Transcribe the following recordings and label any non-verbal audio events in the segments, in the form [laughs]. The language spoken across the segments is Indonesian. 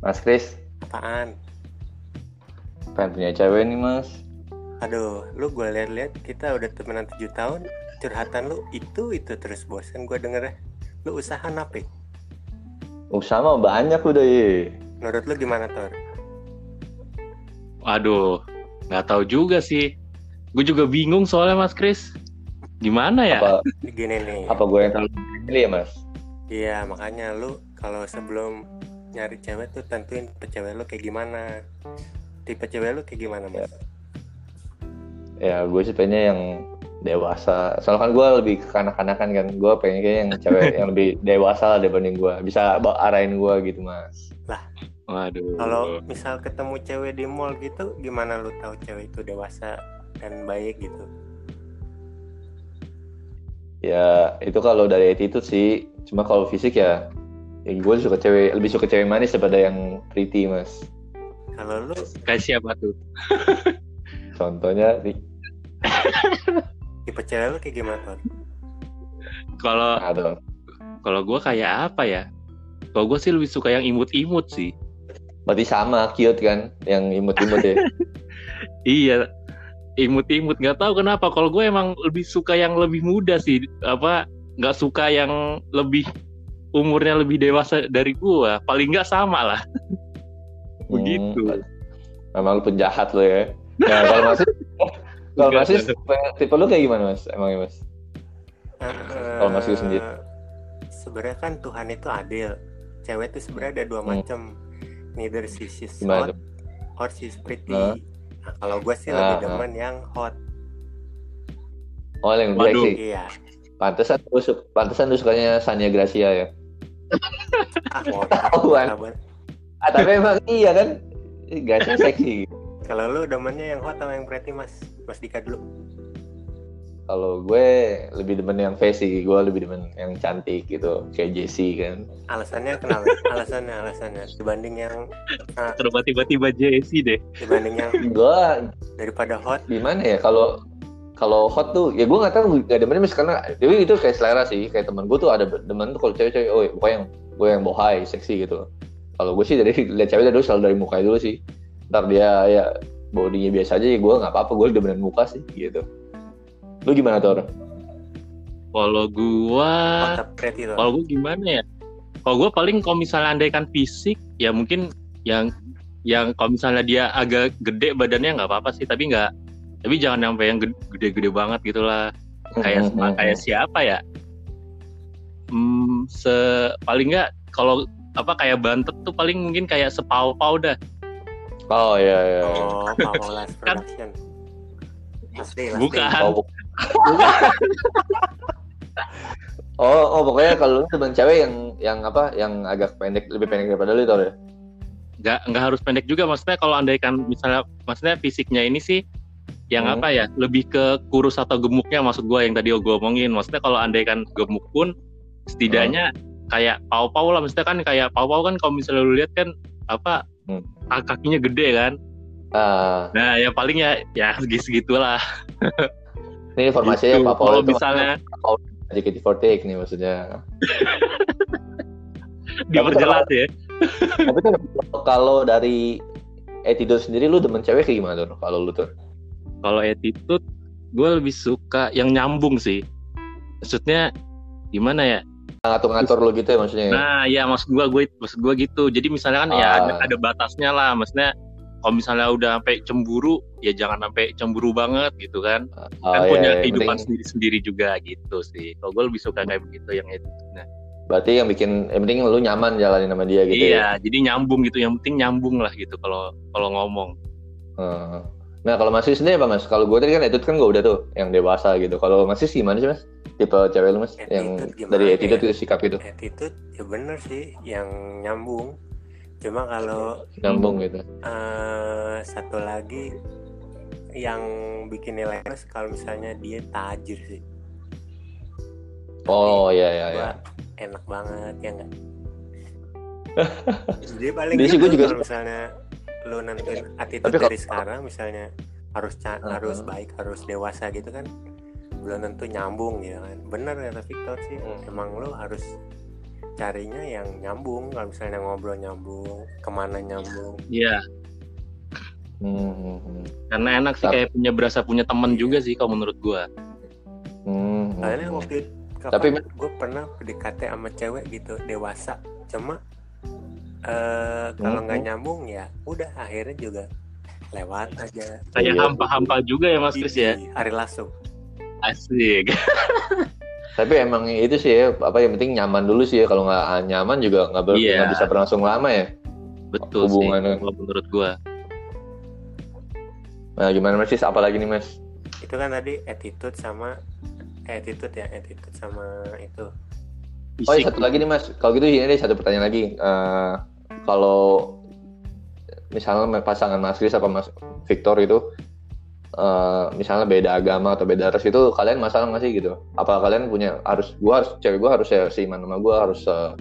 Mas Kris, Apaan? pengen punya cewek nih mas. Aduh, lu gue lihat-lihat kita udah temenan 7 tahun, curhatan lu itu itu terus bosan gue dengernya. Lu usaha nape? Usaha mah Uh, banyak udah ye. Menurut lu gimana Tor? Waduh, nggak tahu juga sih. Gue juga bingung soalnya Mas Kris. Gimana ya? Apa, Gini nih. apa gue yang terlalu pilih ya mas? Iya, makanya lu kalau sebelum nyari cewek tuh tentuin tipe cewek lu kayak gimana. Tipe cewek lu kayak gimana, Mas? Ya gue sih pengennya yang dewasa. Soalnya kan gue lebih ke kanak-kanakan kan. Gue pengen kayaknya yang cewek yang lebih dewasa lah dibanding gue. Bisa ba- arahin gue gitu mas. Waduh. Kalau misal ketemu cewek di mall gitu, gimana lu tahu cewek itu dewasa dan baik gitu? Ya itu kalau dari attitude sih. Cuma kalau fisik ya, ya gue suka cewek lebih suka cewek manis daripada yang pretty mas. Kalau lu kayak siapa tuh? Contohnya nih, tipe cewek lu kayak gimana, Tor? Kalau ada kalau gue kayak apa ya? Kalau gue sih lebih suka yang imut-imut sih. Berarti sama cute kan, yang imut-imut ya. Iya, imut-imut nggak tahu kenapa. Kalau gue emang lebih suka yang lebih muda sih, apa nggak suka yang lebih umurnya lebih dewasa dari gue. Paling nggak sama lah. [laughs] Begitu. Hmm, Emang lu penjahat lo ya. Nah, kalau masih kalau masih tipe lu kayak gimana mas? Emang ya mas? Kalau Kalau Mas Yu sendiri. Eh, Sebenarnya kan Tuhan itu adil. Cewek itu sebenarnya ada dua Hmm. macam. Neither she is Gimana? hot or she's pretty. Hah? Nah, kalau gue sih Ah, lebih demen yang hot. Oh yang Waduh. seksi. Iya. Pantesan lu su- pantesan lu sukanya Sania Gracia ya. [laughs] Ah, mau Ketahuan. sabar. Ah, tapi emang iya kan? Gracia seksi. Kalau lu demennya yang hot atau yang pretty, Mas? Mas Dika dulu. Kalau gue lebih demen yang fancy, gue lebih demen yang cantik gitu, kayak Jessie kan. Alasannya [laughs] kenapa? Alasannya, alasannya. Dibanding yang Terus tiba-tiba Jesse deh. dibanding yang Gue daripada hot. gimana ya kalau kalau hot tuh ya gue nggak tahu gak demennya mas karena tapi itu kayak selera sih kayak temen gue tuh ada demen tuh kalau cewek-cewek oh gue yang gue yang bohai seksi gitu kalau gue sih dari [laughs] lihat cewek dari dulu selalu dari mukanya dulu sih ntar dia ya bodinya biasa aja ya gue nggak apa-apa gue demenan muka sih gitu lu gimana Tor? Kalau gue, Hot tapi pretty tuh. kalau gue gimana ya? Kalau gue paling kalau misalnya andaikan fisik, ya mungkin yang yang kalau misalnya dia agak gede badannya nggak apa-apa sih, tapi nggak tapi jangan sampai yang gede- gede-gede banget gitulah. kayak Hmm, hmm, kayak siapa ya? Hmm, se paling nggak kalau apa kayak bantet tuh paling mungkin kayak sepau-pau dah. hmm. oh iya iya Oh, Paolas Production. Asli, asli. Bukan. Oh, pok- oh, [laughs] oh, pokoknya kalau lu temen cewek yang yang apa yang agak pendek lebih pendek daripada lu Tor ya Nggak nggak harus pendek juga maksudnya kalau andaikan misalnya maksudnya fisiknya ini sih yang Hmm. apa ya lebih ke kurus atau gemuknya maksud gua yang tadi gue omongin maksudnya kalau andaikan gemuk pun setidaknya Hmm. kayak pau-pau lah maksudnya kan kayak pau-pau kan kalau misalnya lu lihat kan apa Hmm. kak- kakinya gede kan ah nah ya paling ya ya [laughs] segitulah Ini informasinya Gitu. Pak Paul kalau itu misalnya JKT48 nih maksudnya. [laughs] diperjelas ya Tapi tuh kalau- kalau dari attitude sendiri lu demen cewek kayak gimana tuh kalau lu tuh? kalau attitude gue lebih suka yang nyambung sih maksudnya gimana ya Ngatur-ngatur lu gitu ya maksudnya. ya? nah ya maksud gue gue maksud gue gitu jadi misalnya kan ya Ah. ada, ada batasnya lah maksudnya kalau misalnya udah sampai cemburu ya jangan sampai cemburu banget gitu kan Oh, kan iya, punya iya, yang kehidupan penting- sendiri sendiri juga gitu sih kalau gue lebih suka kayak begitu yang attitude nah, berarti yang bikin yang penting lu nyaman jalanin sama dia gitu ya. iya jadi nyambung gitu yang penting nyambung lah gitu kalau kalau ngomong Hmm. Nah, kalau Mas Yus sendiri apa Mas? Kalau gue tadi kan attitude kan gue udah tuh yang dewasa gitu. Kalau Mas Yus gimana sih Mas? Tipe cewek lu Mas yang Attitude gimana dari ya? attitude itu sikap gitu, attitude ya bener sih yang nyambung cuma kalau nyambung gitu. eh, satu lagi yang bikin nilai plus kalau misalnya dia tajir sih Oh iya iya iya. Wah, enak banget ya [laughs] enggak jadi paling Jadi sih gitu gua juga- kalau misalnya lu nentuin attitude Tapi kalau- dari sekarang misalnya harus ca- Uh-huh. harus baik harus dewasa gitu ya kan belum tentu nyambung gitu kan bener kata Victor sih Hmm. emang lu harus carinya yang nyambung kalau misalnya ngobrol nyambung kemana nyambung Iya, Hmm, hmm, karena enak sih Tapi- kayak punya berasa punya Iya. teman juga sih kalau menurut gua. hmm, hmm, Soalnya hmm. waktu itu Tapi- gue pernah PDKT sama cewek gitu dewasa cuma eh kalau Hmm. nggak nyambung ya udah akhirnya juga lewat aja Kayak Iya. hampa-hampa juga ya Mas Kris ya. Di hari langsung Asik. [laughs] Tapi emang itu sih ya, apa yang penting nyaman dulu sih ya. Kalau nggak nyaman juga nggak ber- Iya. nggak bisa berlangsung lama ya. Betul Hubungannya. sih kalau menurut gua. Nah, gimana Mas? Sis? Apalagi nih Mas? itu kan tadi attitude sama eh, attitude ya attitude sama Oh, itu iya, Fisik. satu lagi nih Mas. Kalau gitu ini ada satu pertanyaan lagi. Eh, kalau misalnya pasangan Mas Kris apa Mas Victor itu eh, misalnya beda agama atau beda ras itu kalian masalah nggak sih gitu? Apa kalian punya harus gua harus cewek gua harus ya seiman sama gua harus eh,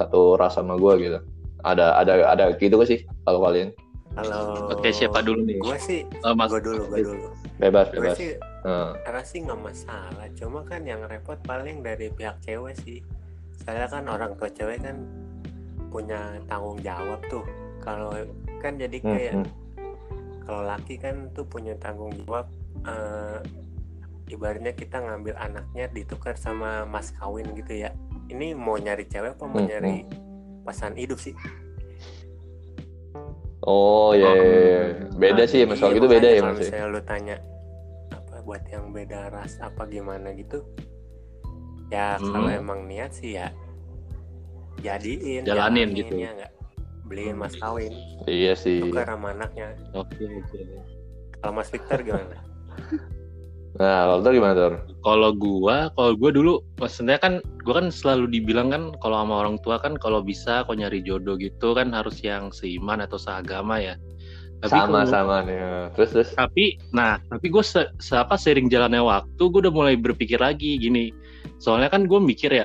satu ras sama gua gitu? Ada ada ada gitu nggak sih kalau kalian kalau Oke, siapa dulu nih? gue sih Eh, Mas gue dulu gue dulu bebas gue bebas. sih Nah, Karena sih nggak masalah, cuma kan yang repot paling dari pihak cewek sih. Saya kan orang tua cewek kan punya tanggung jawab tuh. Kalau kan jadi hmm, kayak hmm. kalau laki kan tuh punya tanggung jawab. eh, ibaratnya kita ngambil anaknya ditukar sama mas kawin gitu ya. Ini mau nyari cewek apa mau Hmm, nyari pasangan hidup sih? Oh ya, ya, ya. beda sih Mas kalau Iya, gitu beda makanya ya kalau Mas. ya? misalnya lu tanya apa buat yang beda ras apa gimana gitu ya Hmm. kalau emang niat sih ya jadiin Jalanin gitu. ya nggak beliin mas kawin Iya sih. tukar sama anaknya Oke, oke. kalau mas Victor [laughs] gimana Nah, kalau itu gimana Tor? Kalau gua, kalau gua dulu maksudnya kan gua kan selalu dibilang kan kalau sama orang tua kan kalau bisa kalau nyari jodoh gitu kan harus yang seiman atau seagama ya. Tapi kalau- Sama-sama nih. ya. Terus terus. tapi nah tapi gue se, se- apa sering jalannya waktu gue udah mulai berpikir lagi gini soalnya kan gue mikir ya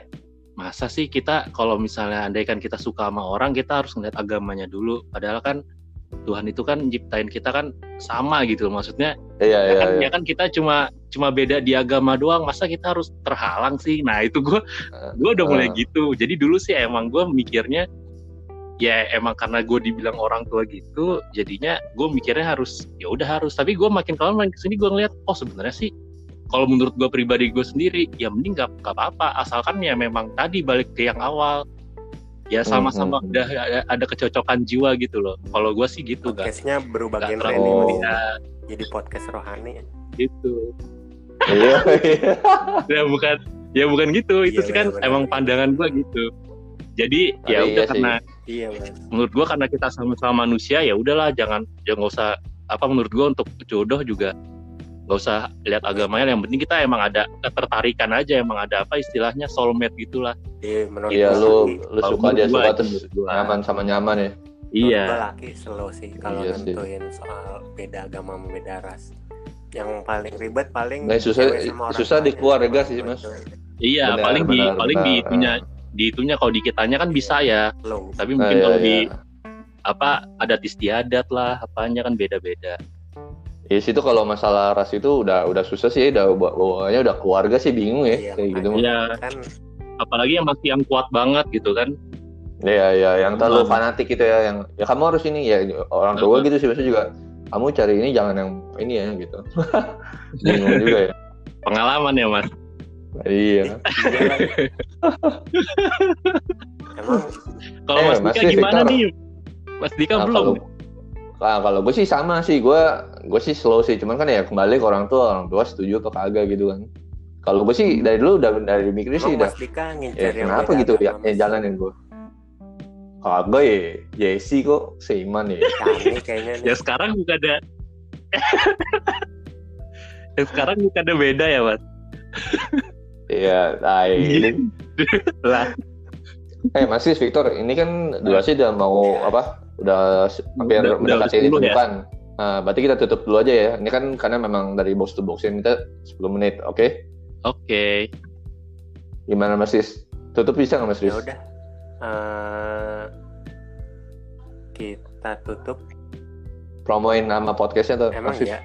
masa sih kita kalau misalnya andaikan kita suka sama orang kita harus ngeliat agamanya dulu padahal kan Tuhan itu kan nyiptain kita kan sama gitu loh. maksudnya Iya ya iya. kan, iya. ya kan kita cuma cuma beda di agama doang masa kita harus terhalang sih nah itu gue gue udah mulai Ah. gitu jadi dulu sih emang gue mikirnya ya emang karena gue dibilang orang tua gitu jadinya gue mikirnya harus ya udah harus tapi gue makin kalau makin kesini gue ngeliat oh sebenarnya sih kalau menurut gue pribadi gue sendiri ya mending gak, nggak apa-apa asalkan ya memang tadi balik ke yang awal ya sama-sama Hmm, hmm, udah ada, ada kecocokan jiwa gitu loh kalau gue sih gitu gak, podcastnya berubah gak genre terlalu Oh. nih ya, jadi podcast rohani gitu Iya. iya. ya bukan ya bukan gitu itu Iya, sih kan benar-benar. emang pandangan gue gitu jadi Tapi iya ya udah sih. karena iya mas menurut gua karena kita sama-sama manusia ya udahlah jangan jangan nggak usah apa menurut gua untuk jodoh juga nggak usah lihat agamanya yang penting kita emang ada ketertarikan aja emang ada apa istilahnya soulmate gitulah iya menurut Iya gua lu laki- lu Kalau suka dia menurut gua, suka itu terus menurut gua. nyaman sama nyaman ya. menurut gua iya laki slow sih kalau Iya sih. nentuin soal beda agama sama beda ras yang paling ribet paling Nah, susah- cewek sama orang susah di tuanya, keluarga sama sih, orang Mas. tuanya. iya Benar, paling di benar, paling di benar. itunya di itunya kalau di kitanya kan bisa ya Slow. tapi Nah, mungkin iya, kalau iya. di apa adat istiadat lah apanya kan beda-beda Di situ Iya kalau masalah ras itu udah udah susah sih, udah bawa- bawaannya udah keluarga sih bingung ya Iya, kayak gitu. mah. iya kan [laughs] apalagi yang masih yang kuat banget gitu kan Iya iya, yang terlalu Benar. fanatik gitu ya yang ya kamu harus ini ya orang tua Benar. gitu sih biasanya juga kamu cari ini jangan yang ini ya gitu. [laughs] bingung juga ya. pengalaman ya mas Iya. iya lah. emang kalau Eh, mas Mas Dika Dika, gimana Victor. nih mas Dika Nah, belum kalau- Nah, kalau gue sih sama sih, gue gue sih slow sih, cuman kan ya kembali ke orang tua, orang tua setuju atau kagak gitu kan. Kalau gue sih dari dulu udah dari mikir emang sih udah, Mas Dika ya ngincer yang kenapa beda gitu ya, agama ya sih? jalanin gue. Kagak ya, Jesse kok seiman [laughs] ya. Kami kayaknya nih. Ya sekarang bukan ada [laughs] Ya sekarang bukan ada beda ya mas Iya, [laughs] tai. Iya. lah Eh Mas Kris, Victor, ini kan durasi udah mau apa? Udah se- hampir Udah- udah mendekati 10 ya? ditentukan. Nah, berarti kita tutup dulu aja ya. Ini kan karena memang dari box to box ini kita 10 menit, oke? oke Gimana Mas Kris? Tutup bisa nggak Mas Kris? ya udah Eh, kita tutup Promoin nama podcastnya atau emang Mas Kris? ya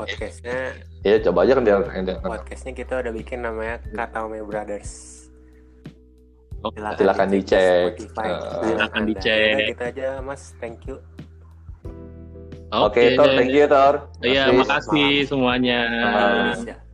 podcastnya Iya, coba aja kan biar enak. podcastnya kita udah bikin namanya Kataume Brothers Silakan, Silakan dicek. Spotify. Eh, silakan Anda. dicek. Udah, Gitu aja Mas, thank you. Oke, Tor, thank you Tor. Iya, Makasih. Iya, makasih semuanya. Sama-sama. Indonesia.